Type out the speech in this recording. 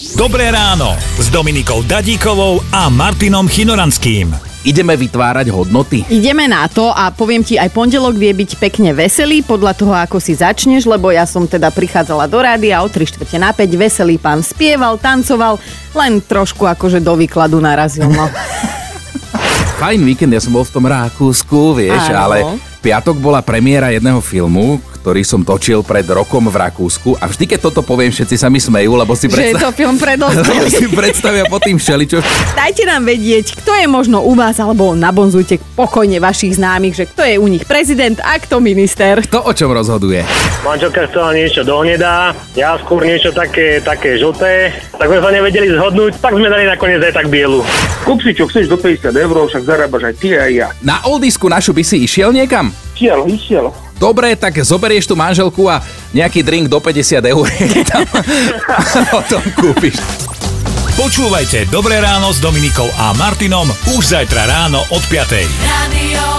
Dobré ráno s Dominikou Dadíkovou a Martinom Chinoranským. Ideme vytvárať hodnoty. Ideme na to a poviem ti, aj pondelok vie byť pekne veselý podľa toho, ako si začneš, lebo ja som teda prichádzala do rády a o 3 čtvrte na 5 veselý pán spieval, tancoval, len trošku akože do výkladu narazil. No. Fajn víkend, ja som bol v tom Rakúsku, vieš, Áno. ale piatok bola premiéra jedného filmu, ktorý som točil pred rokom v Rakúsku a vždy, keď toto poviem, všetci sa mi smejú, lebo si, že je to predstav... film pre lebo dospelých. si predstavia po tým všeličo. Dajte nám vedieť, kto je možno u vás, alebo nabonzujte pokojne vašich známych, že kto je u nich prezident a kto minister. To, o čom rozhoduje. Manželka chcela niečo dohnedá, ja skôr niečo také, také žlté, tak sme sa nevedeli zhodnúť, tak sme dali nakoniec aj tak bielu. Kúp si čo chceš do 50 eur, však zarábaš aj ty aj ja. Na oldisku našu by si išiel niekam? Išiel, išiel. Dobre, tak zoberieš tú manželku a nejaký drink do 50 eur tam potom kúpiš. Počúvajte Dobré ráno s Dominikou a Martinom už zajtra ráno od 5. Radio